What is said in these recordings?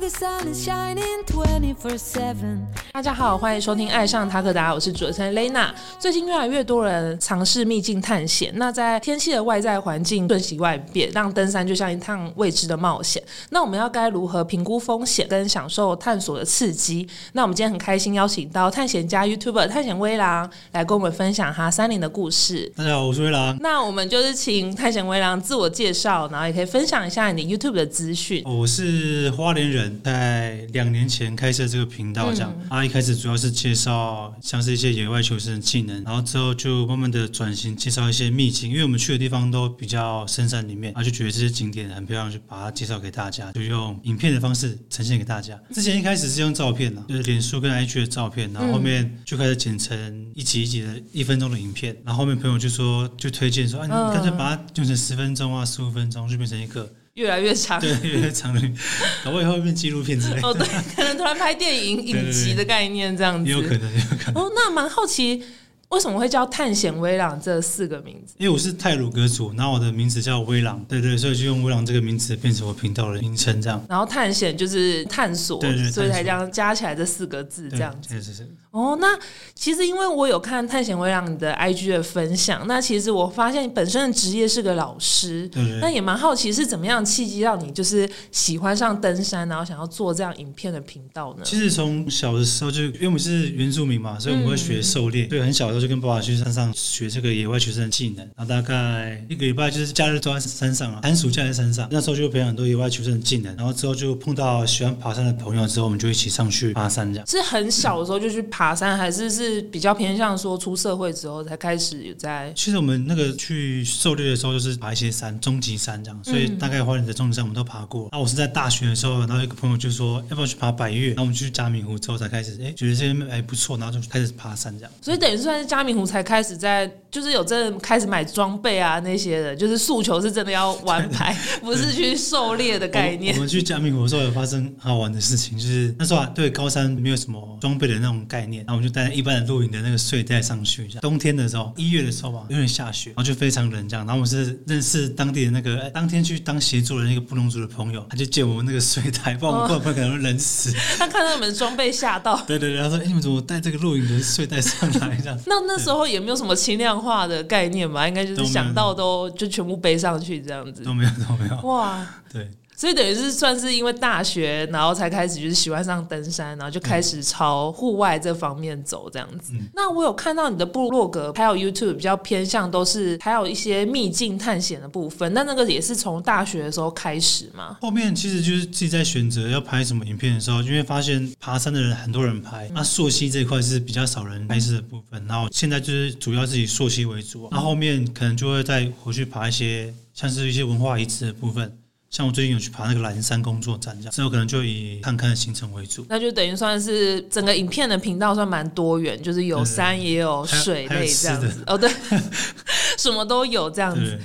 the sun is shining 24 7. 大家好，欢迎收听《爱上塔克达》，我是主持人 Lena。最近越来越多人尝试秘境探险，那在天气的外在环境瞬息万变，让登山就像一趟未知的冒险。那我们要该如何评估风险，跟享受探索的刺激？那我们今天很开心邀请到探险家 YouTuber 探险威郎来跟我们分享他山林的故事。大家好，我是威郎。那我们就是请探险威郎自我介绍，然后也可以分享一下你 YouTube 的资讯。哦我是花莲人，在两年前开设这个频道，这样、啊，一开始主要是介绍像是一些野外求生的技能，然后之后就慢慢的转型介绍一些秘境，因为我们去的地方都比较深山里面，啊，就觉得这些景点很漂亮，就把它介绍给大家，就用影片的方式呈现给大家。之前一开始是用照片啊，就是脸书跟 IG 的照片，然后后面就开始剪成一集一集的一分钟的影片，然后后面朋友就说就推荐说，啊，你干脆把它用成十分钟啊，十五分钟，就变成一个。越来越长。 对，越来越长了，搞不好以后会变纪录片之 类的，哦，对，可能突然拍电影对影对集的概念这样子。也有可能，也有可能。哦，那蛮好奇，为什么会叫探险威朗这四个名字？因为我是泰鲁格族，然后我的名字叫威朗，对对，所以就用威朗这个名字变成我频道的名称，这样。然后探险就是探索，对对探索所以才这样加起来这四个字这对样子。是是是，哦，那其实因为我有看探险威朗你的 IG 的分享，那其实我发现你本身的职业是个老师，对对那对。也蛮好奇是怎么样契机让你就是喜欢上登山，然后想要做这样影片的频道呢？其实从小的时候就，因为我们是原住民嘛，所以我们会学狩猎，所以很小的时候嗯就跟爸爸去山上学这个野外求生的技能。然后大概一个礼拜就是假日都在山上啊，寒暑假在山上。那时候就培养很多野外求生的技能，然后之后就碰到喜欢爬山的朋友，之后我们就一起上去爬山这样。是很小的时候就去爬山，还是是比较偏向说出社会之后才开始有在其实我们那个去狩猎的时候，就是爬一些山，终极山这样，所以大概花莲的终极山我们都爬过。啊那、我是在大学的时候，然后一个朋友就说要不要去爬百越，然后我们去嘉明湖之后才开始，哎，觉得这边哎不错，然后就开始爬山这样。所以等于算是嘉明湖才开始在，就是有真的开始买装备啊那些的，就是诉求是真的要玩牌， 不是去狩猎的概我念。们去嘉明湖的时候有发生很好玩的事情，就是那时候、啊、对高山没有什么装备的那种概念，然后我们就带一般的露营的那个睡袋上去。这样冬天的时候，一月的时候吧，有点下雪，然后就非常冷这样。然后我们是认识当地的那个，哎当天去当协助的那个布农族的朋友，他就借我们那个睡袋， 不然我们根本可能会冷死。他看到你们装备吓到，对对对，他说：“哎、你们怎么带这个露营的睡袋上来？”这样那那时候也没有什么轻量化的概念吧，应该就是都没有想到都就全部背上去这样子。都没有都没有，哇，对。所以等于是算是因为大学，然后才开始就是喜欢上登山，然后就开始朝户外这方面走这样子。嗯那我有看到你的部落格还有 YouTube 比较偏向都是还有一些秘境探险的部分，那那个也是从大学的时候开始嘛？后面其实就是自己在选择要拍什么影片的时候，因为发现爬山的人很多人拍，那溯溪这一块是比较少人拍摄的部分。然后现在就是主要是以溯溪为主，那后面可能就会再回去爬一些像是一些文化遗址的部分，像我最近有去爬那个蓝山工作站，这样之后可能就以看看的行程为主。那就等于算是整个影片的频道算蛮多元，就是有山也有还有水还类有吃这样的子。哦，对， 什么都有这样子。对，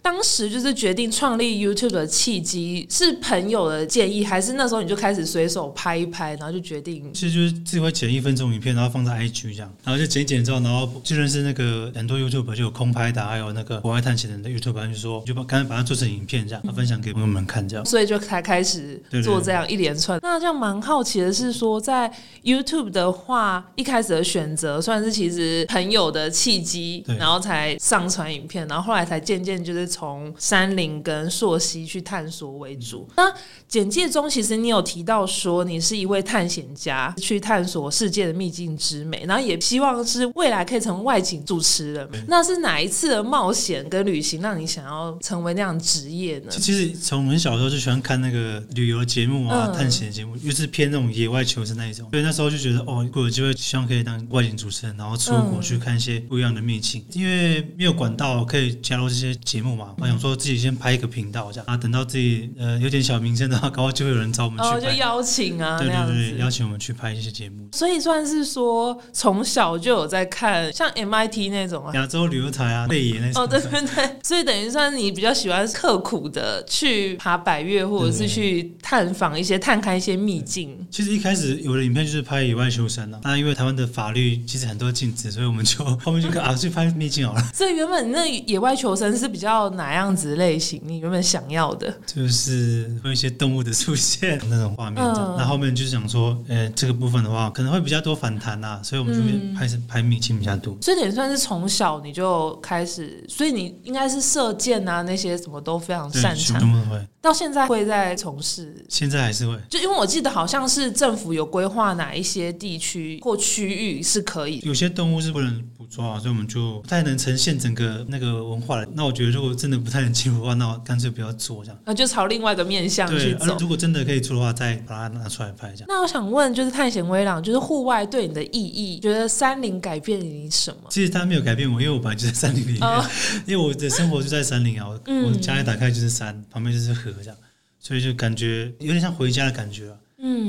当时就是决定创立 YouTube 的契机是朋友的建议，还是那时候你就开始随手拍一拍，然后就决定？其实就是自己会剪一分钟影片，然后放在 IG 这样，然后就剪一剪之后，然后就认识那个很多 YouTube 就有空拍的，还有那个国外探险人的 YouTube，就说你就把干脆把它做成影片这样，分享给朋友们看这样。所以就才开始对对做这样一连串。那这样蛮好奇的是说，在 YouTube 的话，一开始的选择算是其实朋友的契机对，然后才上传影片，然后后来才渐渐就是从山林跟溯溪去探索为主。嗯那简介中其实你有提到说你是一位探险家，去探索世界的秘境之美，然后也希望是未来可以成为外景主持人。那是哪一次的冒险跟旅行让你想要成为那样的职业呢？其实从很小的时候就喜欢看那个旅游节目啊、嗯探险节目，又是偏那种野外求生那一种。所以那时候就觉得，哦，如果有机会，希望可以当外景主持人，然后出国嗯去看一些不一样的秘境。因为没有管道可以加入这些节目嗯嘛，我想说自己先拍一个频道这样啊，等到自己呃有点小名声的话，搞不好就会有人找我们哦，去就拍。邀请啊，对那样对对，邀子。请我们去拍一些节目。所以算是说，从小就有在看像 MIT 那种 啊。亚洲旅游台啊，贝爷那种哦，对对对，所以等于算你比较喜欢刻苦的去爬百越，或者是去探访一些、探看一些秘境。其实一开始有的影片就是拍野外求生了、啊，那因为台湾的法律其实很多禁止，所以我们就后面就看啊去拍秘境好了。所以原本那野外求生是比较哪样子类型？你原本想要的，就是会有一些动物的出现 那种画面这样嗯。那、后面就是想说，呃，这个部分的话可能会比较多反弹啦、所以我们就嗯会拍、拍秘境比较多。所以也算是从小你就开始，所以你应该是射箭啊那些什么都非常对，擅全长，部都会，到现在会在从事。现在还是会。就因为我记得好像是政府有规划哪一些地区或区域是可以有些动物是不能捕捉啊，所以我们就不太能呈现整个那个文化了。那我觉得，如果真的不太能进入的话，那我干脆不要做这样。那就朝另外一个面向对去，而走。如果真的可以做的话，再把它拿出来拍这样。那我想问，就是探险微朗，就是户外对你的意义，觉得山林改变你什么？其实它没有改变我，因为我本来就在山林里面，哦 嗯因为我的生活就在山林啊，我、我家里打开就是山，旁边就是河这样，所以就感觉有点像回家的感觉啊。因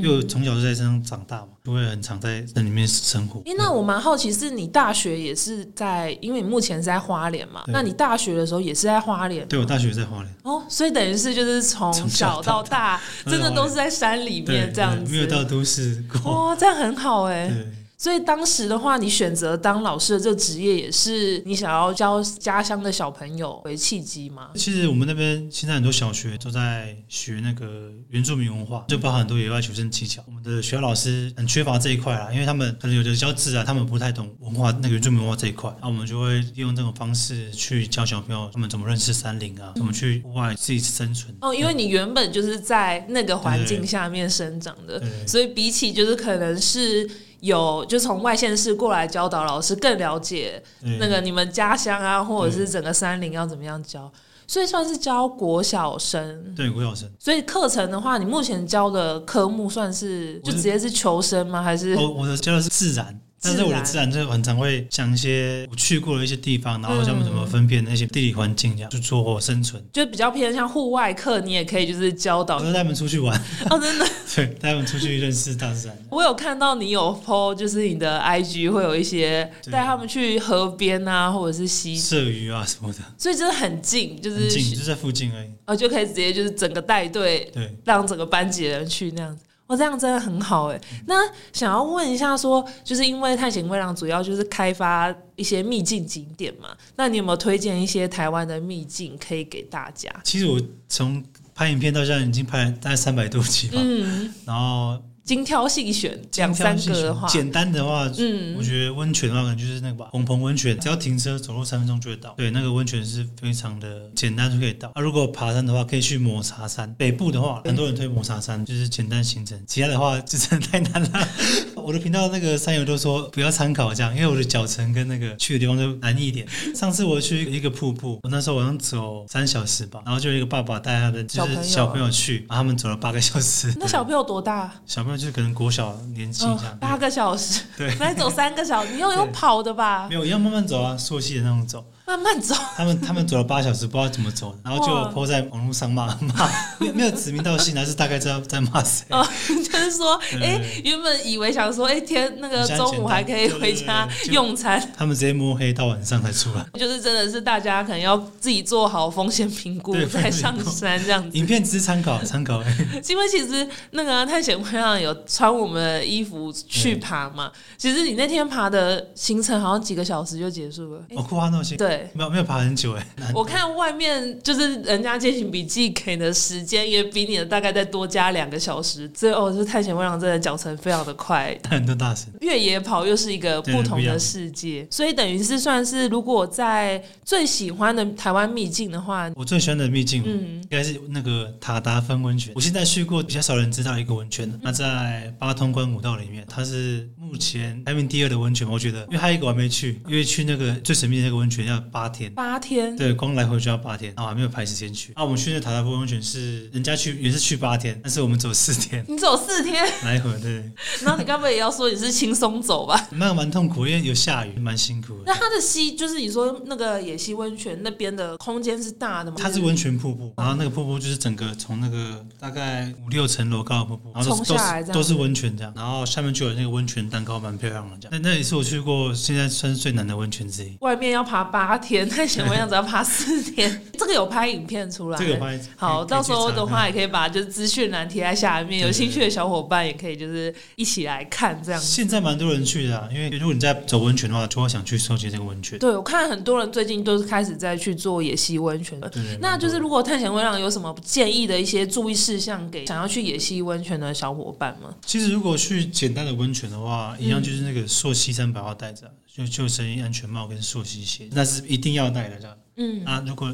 嗯，为我从小就在山上长大嘛，就会很常在山里面生活。诶，那我蛮好奇，是你大学也是在，因为你目前是在花莲嘛，对那你大学的时候也是在花莲对我大学在花莲，哦，所以等于是就是从从小小到大，大真的都是在山里对面，这样对子，没有到都市过。哦，这样很好哎、对，所以当时的话，你选择当老师的这个职业，也是你想要教家乡的小朋友为契机吗？其实我们那边现在很多小学都在学那个原住民文化，就包含很多野外求生技巧。我们的学校老师很缺乏这一块啦，因为他们可能有的教字啊，他们不太懂文化那个原住民文化这一块，啊，我们就会利用这种方式去教小朋友他们怎么认识山林啊，怎么去户外自己生存。哦，因为你原本就是在那个环境下面生长的，对所以比起就是可能是有就从外县市过来教导老师更了解对那个你们家乡啊，或者是整个山林要怎么样教，所以算是教国小生。对国小生，所以课程的话，你目前教的科目算是就我是直接是求生吗？还是我哦我的教的是自然。但是我的自然就很常会想一些我去过的一些地方，然后他们怎么分辨那些地理环境，这样去做生存。就比较偏向户外课？你也可以就是教导我就带他们出去玩， 哦，真的，对，带他们出去认识大自然。我有看到你有 PO，就是你的 IG 会有一些对带他们去河边啊，或者是溪 射鱼啊什么的，所以真的很近，就很近，是就在附近而已。呃就可以直接就是整个带队，对，让整个班级的人去那样子。哇，这样真的很好哎、嗯那想要问一下说就是因为探险会让主要就是开发一些秘境景点嘛，那你有没有推荐一些台湾的秘境可以给大家？其实我从拍影片到现在已经拍了大概三百多集吧，嗯，然后精挑细选两三个的话，简单的话。嗯我，觉得温泉的话，可能就是那个吧，红棚温泉，只要停车走路三分钟就会到。对，那个温泉是非常的简单就可以到。啊，如果爬山的话，可以去抹茶山。北部的话，很多人推抹茶山，就是简单行程。其他的话，就真的太难了。 我的频道那个山友都说不要参考这样，因为我的脚程跟那个去的地方都难一点。上次我去一个瀑布，我那时候好像走三小时吧，然后就有一个爸爸带他的就小朋友是小朋友啊去，然后他们走了八个小时。 那小朋友多大？小朋友就是可能国小年纪这样，哦八个小时， 对本来走三个小时，你又有对跑的吧没？有要慢慢走啊，溯溪的那种走。慢慢走， 他们他们走了八小时，不知道怎么走的，然后就哇泼在网络上骂骂，没有没有指名道姓，但是大概知道在骂谁。 哦，就是说，对哎、对原本以为想说，哎、天，那个很像中午还可以简单回家嗯对对对就用餐，他们直接摸黑到晚上才出来。就是真的是大家可能要自己做好风险评估对再上山这样子。影片只是参考参考哎而已，因为其实那个探险会上有穿我们的衣服去爬嘛，其实你那天爬的行程好像几个小时就结束了。我哭花那些，对，没有没有爬很久哎、 我看外面就是人家践行笔记给的时间也比你的大概再多加两个小时，所以哦，就是探险会让真的脚程非常的快，但很多大神。越野跑又是一个不同对不一的样世界，所以等于是算是如果在最喜欢的台湾秘境的话，我最喜欢的秘境，嗯应该是那个塔达芬温泉。我现在去过比较少人知道一个温嗯泉，那在八通关古道里面，它是目前排名第二的温泉。我觉得，因为还有一个我还没去，因为去那个最神秘的那个温泉要八天。八天，对，光来回就要八天，然后还没有排时间去。啊，我们去那塔达夫温泉是人家去也是去八天，但是我们走四天 你走四天，来回，对，然后你该不会也要说你是轻松走吧？ 那蛮痛苦，因为有下雨，蛮辛苦的。那它的溪就是你说那个野溪温泉那边的空间是大的吗？它是温泉瀑布，然后那个瀑布就是整个从那个大概五六层楼高的瀑布，然后都是冲都下来是这样都是温泉这样，然后下面就有那个温泉蛋糕，蛮漂亮的这样。那那也是我去过现在算是最难的温泉之一。外面要爬八天，探险会这样子要爬四天，这这个有拍影片出来，这个拍好，到时候的话也可以去可以把就是资讯栏贴在下面，有兴趣的小伙伴也可以就是一起来看这样查看。子。现在蛮多人去的、啊，因为如果你在走温泉的话，就会想去收集这个温泉。对，我看很多人最近都是开始在去做野溪温泉，对那就是蛮如果探险会让有什么建议的一些注意事项给想要去野溪温泉的小伙伴吗多？其实如果去简单的温泉的话，一样就是那个溯溪三百要带着啊，就救生衣、安全帽跟溯溪鞋，那是一定要带的这样。嗯，啊，如果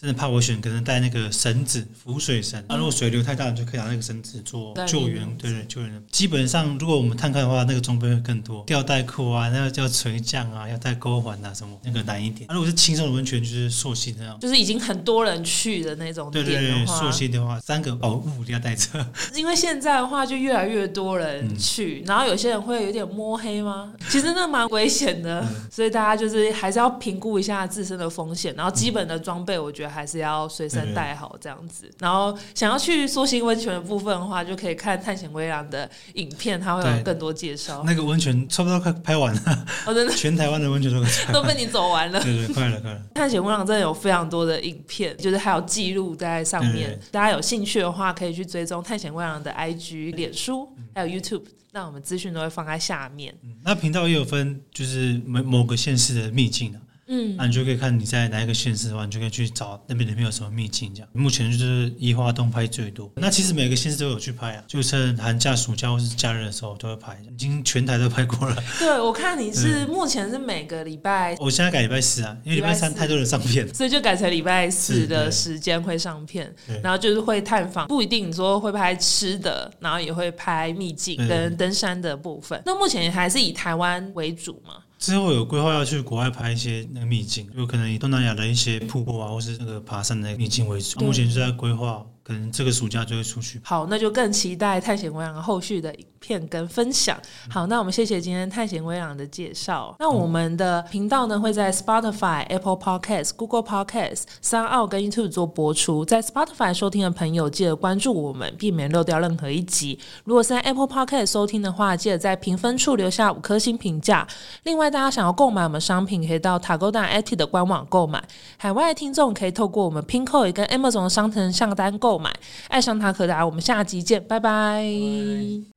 真的怕危险，可能带那个绳子、浮水绳。啊，如果水流太大，你就可以拿那个绳子做对救援，对对，救援的。基本上，如果我们探勘的话，那个装备会更多，吊带裤啊，那个叫垂降啊，要带钩环啊什么，那个难一点。啊，如果是轻松的温泉，就是溯溪那样。就是已经很多人去的那种对点对的对，话，溯溪的话，三个宝物一定要带着。 因为现在的话就越来越多人去，然后有些人会有点摸黑吗？其实那蛮危险的，所以大家就是还是要评估一下自身的风险，然后基本的装备我觉得还是要随身带好这样子。然后想要去溯溪温泉的部分的话，就可以看探险微凉的影片，它会有对更多介绍。那个温泉差不多快拍完了，哦，真的全台湾的温泉都快拍都完了。被你走完了。 对对，快了快了。探险微浪真的有非常多的影片，就是还有记录在上面。对大家有兴趣的话，可以去追踪探险微浪的 IG、脸书还有 YouTube。那我们资讯都会放在下面。嗯那频道也有分，就是某某个县市的秘境啊。嗯，那你就可以看你在哪一个县市的话，你就可以去找那边里面有什么秘境这样。目前就是宜花东拍最多，那其实每个县市都有去拍啊，就趁寒假、暑假或是假日的时候都会拍，已经全台都拍 过了。对我看你是目前是每个礼拜，我现在改礼拜四啊，因为礼拜三礼拜四太多人上片了。所以就改成礼拜四是的对时间会上片对，然后就是会探访，不一定说会拍吃的，然后也会拍秘境对跟登山的部分。那目前还是以台湾为主嘛？之后有规划要去国外拍一些那个秘境，就可能以东南亚的一些瀑布啊，或是那个爬山的秘境为主。对目前就在规划，可能这个暑假就会出去。好，那就更期待探险微朗后续的影片跟分享。好，那我们谢谢今天探险微朗的介绍。那我们的频道呢会在 Spotify、Apple Podcast、Google Podcast、三奥跟 YouTube 做播出。在 Spotify 收听的朋友，记得关注我们，避免漏掉任何一集。如果是在 Apple Podcast 收听的话，记得在评分处留下五颗星评价。另外，大家想要购买我们商品，可以到 Tagoda IT 的官网购买。海外的听众可以透过我们 Pinkoi 跟 Amazon 的商城上单购买。爱上塔可达，我们下集见，拜拜